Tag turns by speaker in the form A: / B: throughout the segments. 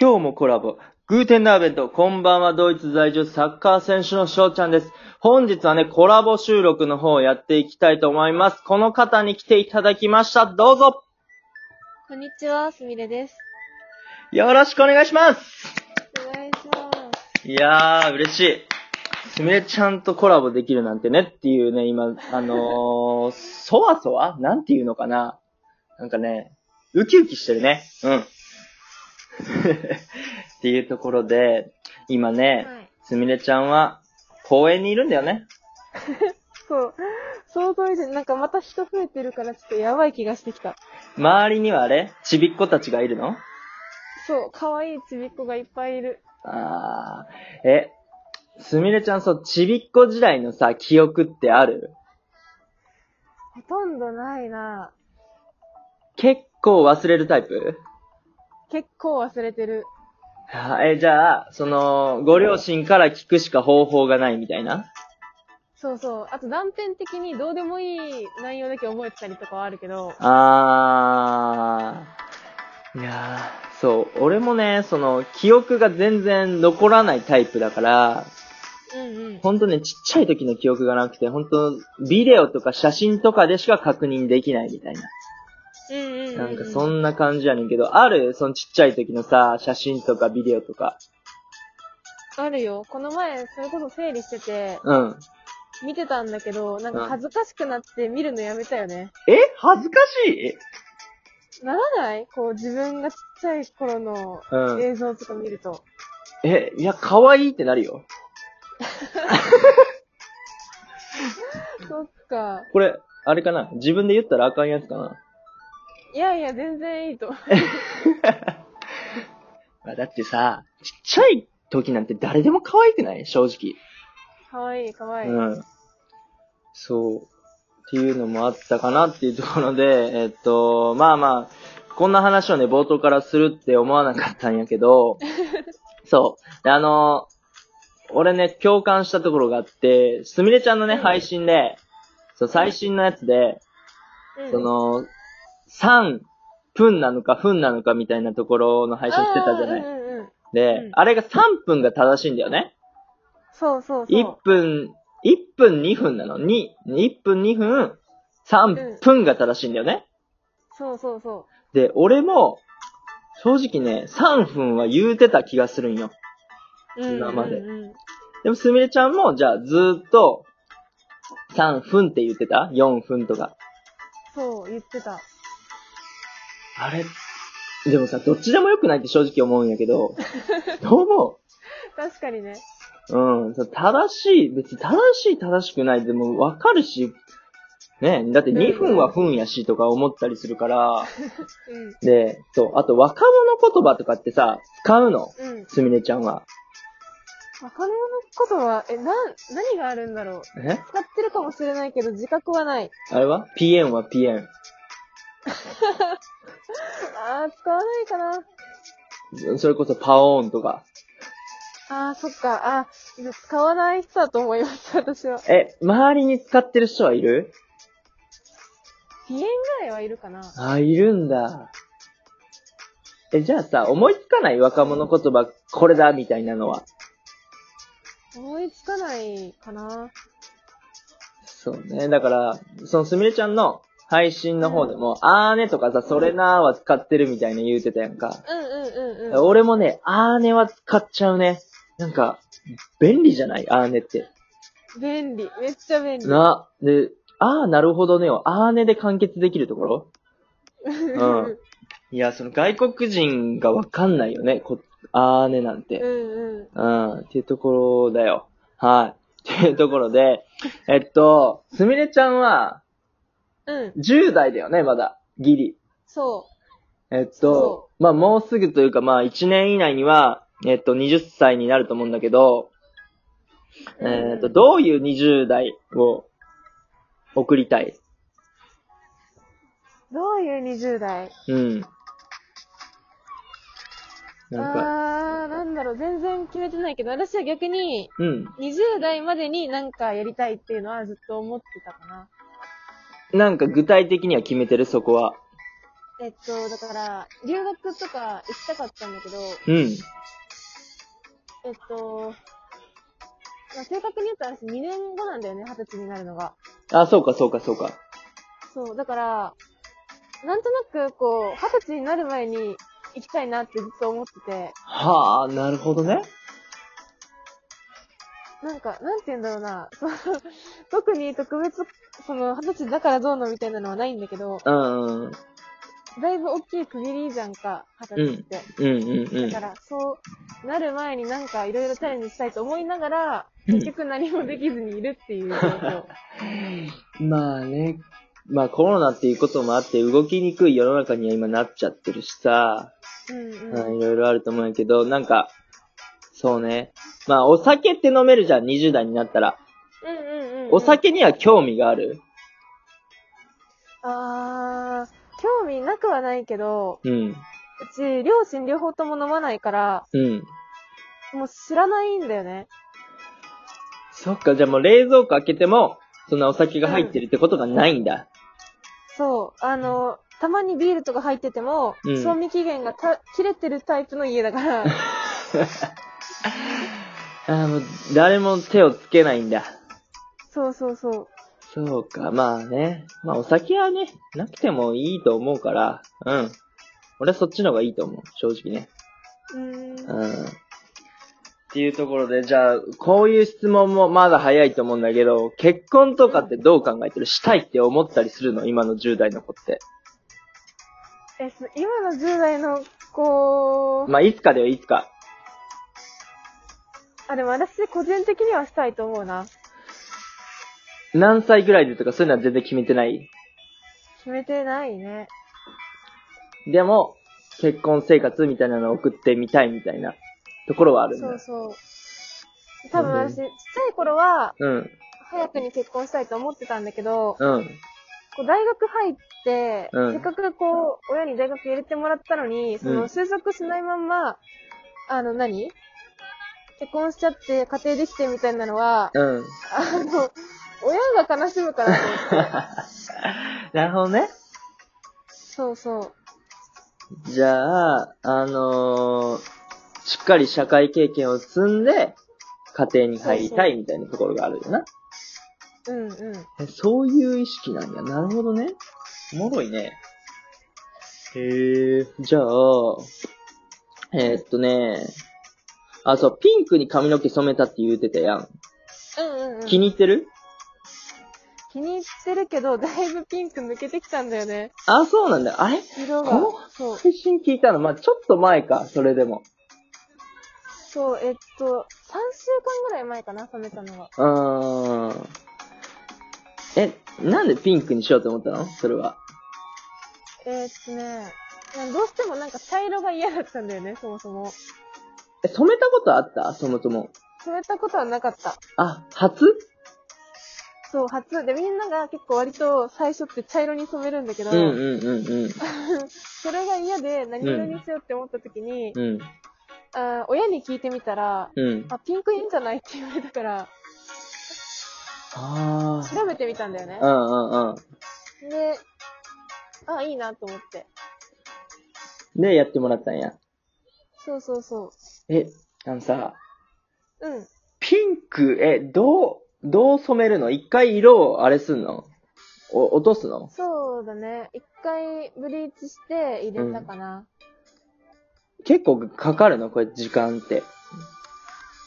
A: 今日もコラボ。グーテンダーベント、こんばんは、ドイツ在住サッカー選手の翔ちゃんです。本日はね、コラボ収録の方をやっていきたいと思います。この方に来ていただきました。どうぞ
B: こんにちは、すみれです。
A: よろしくお願いします
B: お願いします。
A: いやー、嬉しい。すみれちゃんとコラボできるなんてねっていうね、今、あのー、そわそわなんていうのかななんかね、ウキウキしてるね。うん。 っていうところで、今ね、
B: はい。
A: すみれちゃんは公園にいるんだよね。
B: そう。想像以上になんかまた人増えてるからちょっとやばい気がしてきた。
A: 周りにはあれちびっ子たちがいるの
B: そう、可愛いちびっ子がいっぱいいる。
A: あー、え、すみれちゃんそう、ちびっ子時代のさ、記憶ってある
B: ほとんどないな
A: 結構忘れるタイプ
B: 結構忘れてる。
A: はい、えじゃあ、その、ご両親から聞くしか方法がないみたいな。
B: そうそう。あと断片的にどうでもいい内容だけ覚えてたりとかはあるけど。
A: あー。いやー、そう、俺もね、その、記憶が全然残らないタイプだから、
B: うんうん。
A: ほんとね、ちっちゃい時の記憶がなくて、ほんと、ビデオとか写真とかでしか確認できないみたいな。
B: うんうん、うん。
A: なんかそんな感じやねんけど、あるそのちっちゃい時のさ、写真とかビデオとか。
B: あるよ。この前、それこそ整理してて、
A: うん。
B: 見てたんだけど、なんか恥ずかしくなって見るのやめたよね。
A: え恥ずかしい
B: ならないこう自分がちっちゃい頃の
A: うん。
B: 映像とか見ると。
A: え、いや、可愛いってなるよ。
B: そっか。
A: これ、あれかな自分で言ったらあかんやつかない
B: やいや、全然いいと。
A: ま あだってさ、ちっちゃい時なんて誰でも可愛くない正直。
B: かわいい、かわいい。
A: うん。そう。っていうのもあったかなっていうところで、 えっと、まあまあ、こんな話をね、冒頭からするって思わなかったんやけ ど、そう。であの、俺ね、共感したところがあって、すみれちゃんのね、
B: うん
A: 配信で、そう、最新のやつで、
B: うん
A: その、3分なのか、分なのかみたいなところの配信してたじゃない
B: あー。うんうんうん。
A: で、
B: うん
A: あれが3分が正しいんだよね。
B: そうそうそ
A: 1
B: う。
A: 分、1分2分なの。に、1分2分、3分が正しいんだよね。
B: そうそうそ
A: で、俺も、正直ね、3分は言うてた気がするんよ。
B: う。うんうんうん
A: 今まで
B: うん。
A: でも、すみれちゃんも、じゃあ、ずーっと、3分って言ってた ?4 分とか。
B: そう、言ってた。
A: あれでもさ、どっちでもよくないって正直思うんやけど、どう思う
B: 確かにね。
A: うん、そう正しい、別に正しい正しくないでもわかるし、ね、だって
B: うん
A: 2分は分やしとか思ったりするから、
B: うん。
A: で、そう、あと若者言葉とかってさ、使うの
B: うん。
A: すみれちゃんは。
B: 若者のことは、え、なん、何があるんだろう。
A: え
B: 使ってるかもしれないけど、自覚はない。
A: あれは ?PN は PN。
B: あー、使わないかな。
A: それこそパオーンとか。
B: あー、そっか。あー、使わない人だと思います、私は。
A: え、周りに使ってる人はいる
B: ピエンぐらいはいるかな。
A: あ、いるんだ。え、じゃあさ、思いつかない若者言葉、これだ、みたいなのは。
B: 思いつかないかな。
A: そうね。だから、そのすみれちゃんの配信の方でも、あーねとかさ、それなーは使ってるみたいな言うてたやんか。
B: うんうんうんうん。
A: 俺もね、あーねは使っちゃうね。なんか、便利じゃないあーねって。
B: 便利。めっちゃ便 利。
A: な、で、あーなるほどねを、あーねで完結できるところ
B: うん
A: うんいや、その外国人がわかんないよね。こあーねなんて。
B: うん
A: う
B: うん。
A: ん、っていうところだよ。はい。 っていうところで、えっと、すみれちゃんは、
B: うん。
A: 10代だよね、まだ。ギリ。
B: そ
A: えっと
B: そ、
A: まあもうすぐというかまあ1年以内には、えっと20歳になると思うんだけど、
B: う。
A: えっと、
B: うん
A: どういう20代を送りたい
B: どういう20代
A: うん。なんか、
B: あー、なんだろう、全然決めてないけど、私は逆に、
A: うん。
B: 20代までになんかやりたいっていうのはずっと思ってたかな。
A: なんか具体的には決めてる、そこは。
B: えっと、だから、留学とか行きたかったんだけど、
A: うん。
B: えっと、まあ、正確に言ったら私2年後なんだよね、二十歳になるのが。
A: あ、そうか、そうか、そうか。
B: そう、だから、なんとなく、こう、二十歳になる前に行きたいなってずっと思ってて、
A: はあ、なるほどね。
B: なんか、なんて言うんだろうな、その特に特別、その、二十歳だからどうのみたいなのはないんだけど、
A: うん、うん、
B: だいぶ大きい区切りじゃんか、二十歳っ
A: う
B: て。
A: ん、うん、うん
B: だから、そう、なる前になんかいろいろチャレンジしたいと思いながら、
A: うん
B: 結局何もできずにいるっていう状況。
A: まあね、まあコロナっていうこともあって動きにくい世の中には今なっちゃってるしさ、
B: うんうん。
A: うんいろいろあると思うんやけど、なんか、そうね。まあお酒って飲めるじゃん、20代になったら。
B: うんうんうんうん。
A: お酒には興味がある。
B: あー、興味なくはないけど、
A: うん、
B: うち、両親両方とも飲まないから、
A: うん。
B: もう知らないんだよね。
A: そっか、じゃあもう冷蔵庫開けても、そんなお酒が入ってるってことがないんだ。
B: そう、あの、たまにビールとか入ってても、
A: うん
B: 賞味期限がた切れてるタイプの家だから、
A: ああ、もう誰も手をつけないんだ。
B: そうそうそう。
A: そうか、まあね。まあお酒はね、なくてもいいと思うから、うん。俺はそっちの方がいいと思う、正直ね。
B: うーん。
A: うん。っていうところで、じゃあ、こういう質問もまだ早いと思うんだけど、結婚とかってどう考えてるしたいって思ったりするの今の10代の子って。
B: え、す今の10代の子、
A: まあ、いつかだよ、いつか。
B: あ、でも私個人的にはしたいと思うな。
A: 何歳ぐらいでとかそういうのは全然決めてない。
B: 決めてないね。
A: でも、結婚生活みたいなのを送ってみたいみたいなところはあるんだ。
B: そうそう。多分私、ちっちゃい頃は、
A: うん、
B: 早くに結婚したいと思ってたんだけど、
A: うん、
B: こう大学入って、
A: うん
B: せっかくこう、親に大学入れてもらったのに、そ
A: うん
B: の、就職しないまんま、あの何、結婚しちゃって、家庭できてみたいなのは、
A: うん。
B: あの、親が悲し むからと思って、
A: なるほどね。
B: そうそう。
A: じゃあ、あのーしっかり社会経験を積んで、家庭に入りたいみたいなところがあるよな。
B: うんうん。
A: えそういう意識なんや。なるほどね。おもろいね。へえ。じゃあ、えーっとね、あ、そう、ピンクに髪の毛染めたって言うてたやん。
B: うんうんうん。
A: 気に入ってる
B: 気に入ってるけど、だいぶピンク抜けてきたんだよね。
A: あ、そうなんだ。あれ
B: 色が
A: こ。
B: そう。
A: 最新聞いたの。まあ、ちょっと前か、それでも。
B: そう、えっと、3週間ぐらい前かな、染めたのが。
A: うーん。え、なんでピンクにしようと思ったのそれは。
B: えーっとね、なんどうしてもなんか茶色が嫌だったんだよね、そもそも。
A: え、染めたことあったそもそも。
B: 染めたことはなかった。
A: あ、初
B: そう、初。で、みんなが結構割と最初って茶色に染めるんだけど、
A: うんうんうんうん。
B: それが嫌で何色にしようって思った時に、
A: うん。
B: あー親に聞いてみたら、
A: うん。
B: あ、ピンクいいんじゃないって言われたから、
A: あー。
B: 調べてみたんだよね
A: う。んうんうん。
B: で、あ、いいなと思って。
A: で、やってもらったんや。
B: そうそうそ
A: え、あのさ、
B: う。うん。
A: ピンク、え、どう、どう染めるの一回色をあれすんのお、落とすの
B: そうだね。一回ブリーチして入れたかな。
A: 結構かかるのこれ時間って。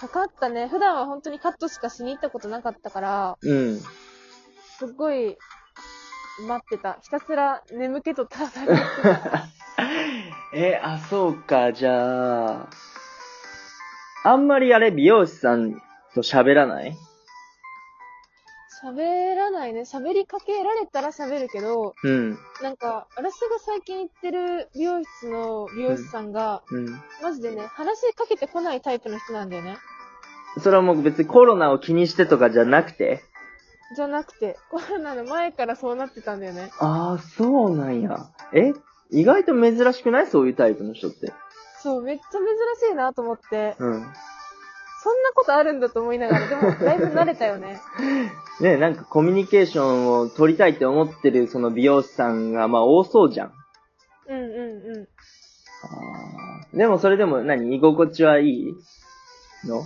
B: かかったね。普段は本当にカットしかしに行ったことなかったから、
A: うん。
B: すっごい待ってた。ひたすら眠気と戦いをしてた。
A: え、あ、そうか、じゃあ、あんまりあれ、美容師さんと喋らない
B: 喋らないね。喋りかけられたら喋るけど、
A: うん、
B: なんか、私が最近行ってる美容室の美容師さんが、
A: うん。
B: マジでね、話しかけてこないタイプの人なんだよね。
A: それはもう別にコロナを気にしてとかじゃなくて
B: じゃなくて、コロナの前からそうなってたんだよね。
A: ああ、そうなんや。え、意外と珍しくないそういうタイプの人って。
B: そう、めっちゃ珍しいなと思って、
A: うん。
B: そんなことあるんだと思いながら、でも、だいぶ慣れたよね。
A: ねなんかコミュニケーションを取りたいって思ってるその美容師さんが、まあ多そうじゃん。
B: うんうんうん。
A: でもそれでも何居心地はいいの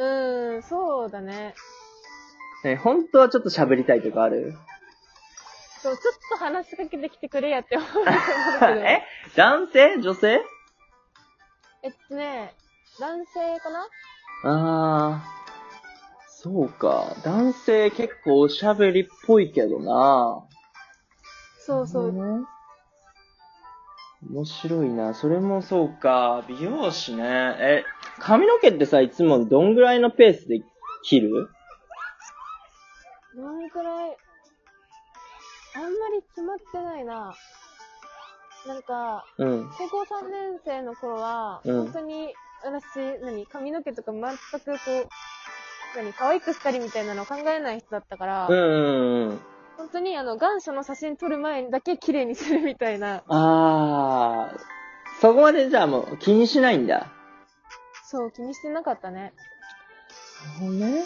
B: うーん、そうだね。
A: ね本当はちょっと喋りたいとかある
B: そう、ちょっと話しかけてきてくれやって思うけ ど。
A: え男性女性
B: えっとね、男性かな
A: あー、そうか。男性結構おしゃべりっぽいけどな。
B: そうそう。
A: ね。面白いな。それもそうか。美容師ね。え、髪の毛ってさ、いつもどんぐらいのペースで切る
B: どんくらい、あんまり決まってないな。なんか、
A: うん。
B: 高校3年生の頃は、
A: うん
B: 本当に、私、何、髪の毛とか全くこう、何、可愛くしたりみたいなのを考えない人だったから、
A: うんうんうん。
B: 本当にあの、願書の写真撮る前にだけ綺麗にするみたいな。
A: あー、そこまでじゃあもう気にしないんだ。
B: そう、気にしてなかったね。
A: そうね。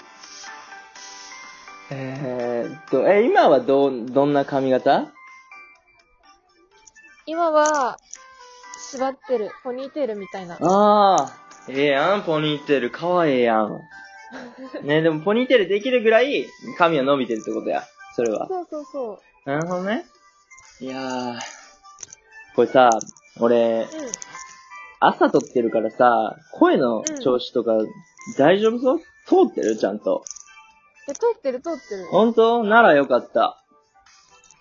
A: えーっと、え、今はどう、どんな髪型
B: 今は、縛ってる、ポニーテールみたいな。
A: ああ、ええやん、ポニーテール、かわええや ん。ねでもポニーテールできるぐらい髪は伸びてるってことや。それは。
B: そうそうそう。
A: なるほどね。いやー。これさ、俺、
B: うん。
A: 朝撮ってるからさ、声の調子とか大丈夫そう通ってるちゃんと。
B: で、通ってる通ってる。
A: 本当ならよかった。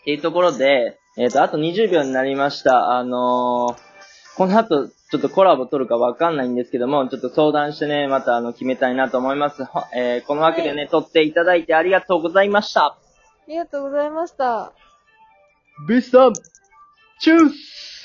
A: っていうところで、えっ、と、あと20秒になりました。あのーこの後、ちょっとコラボ撮るかわかんないんですけども、ちょっと相談してね、またあの、決めたいなと思います。ほえーこのわけでね、撮っていただいてありがとうございました。
B: ありがとうございました。
A: ビスさん、チュース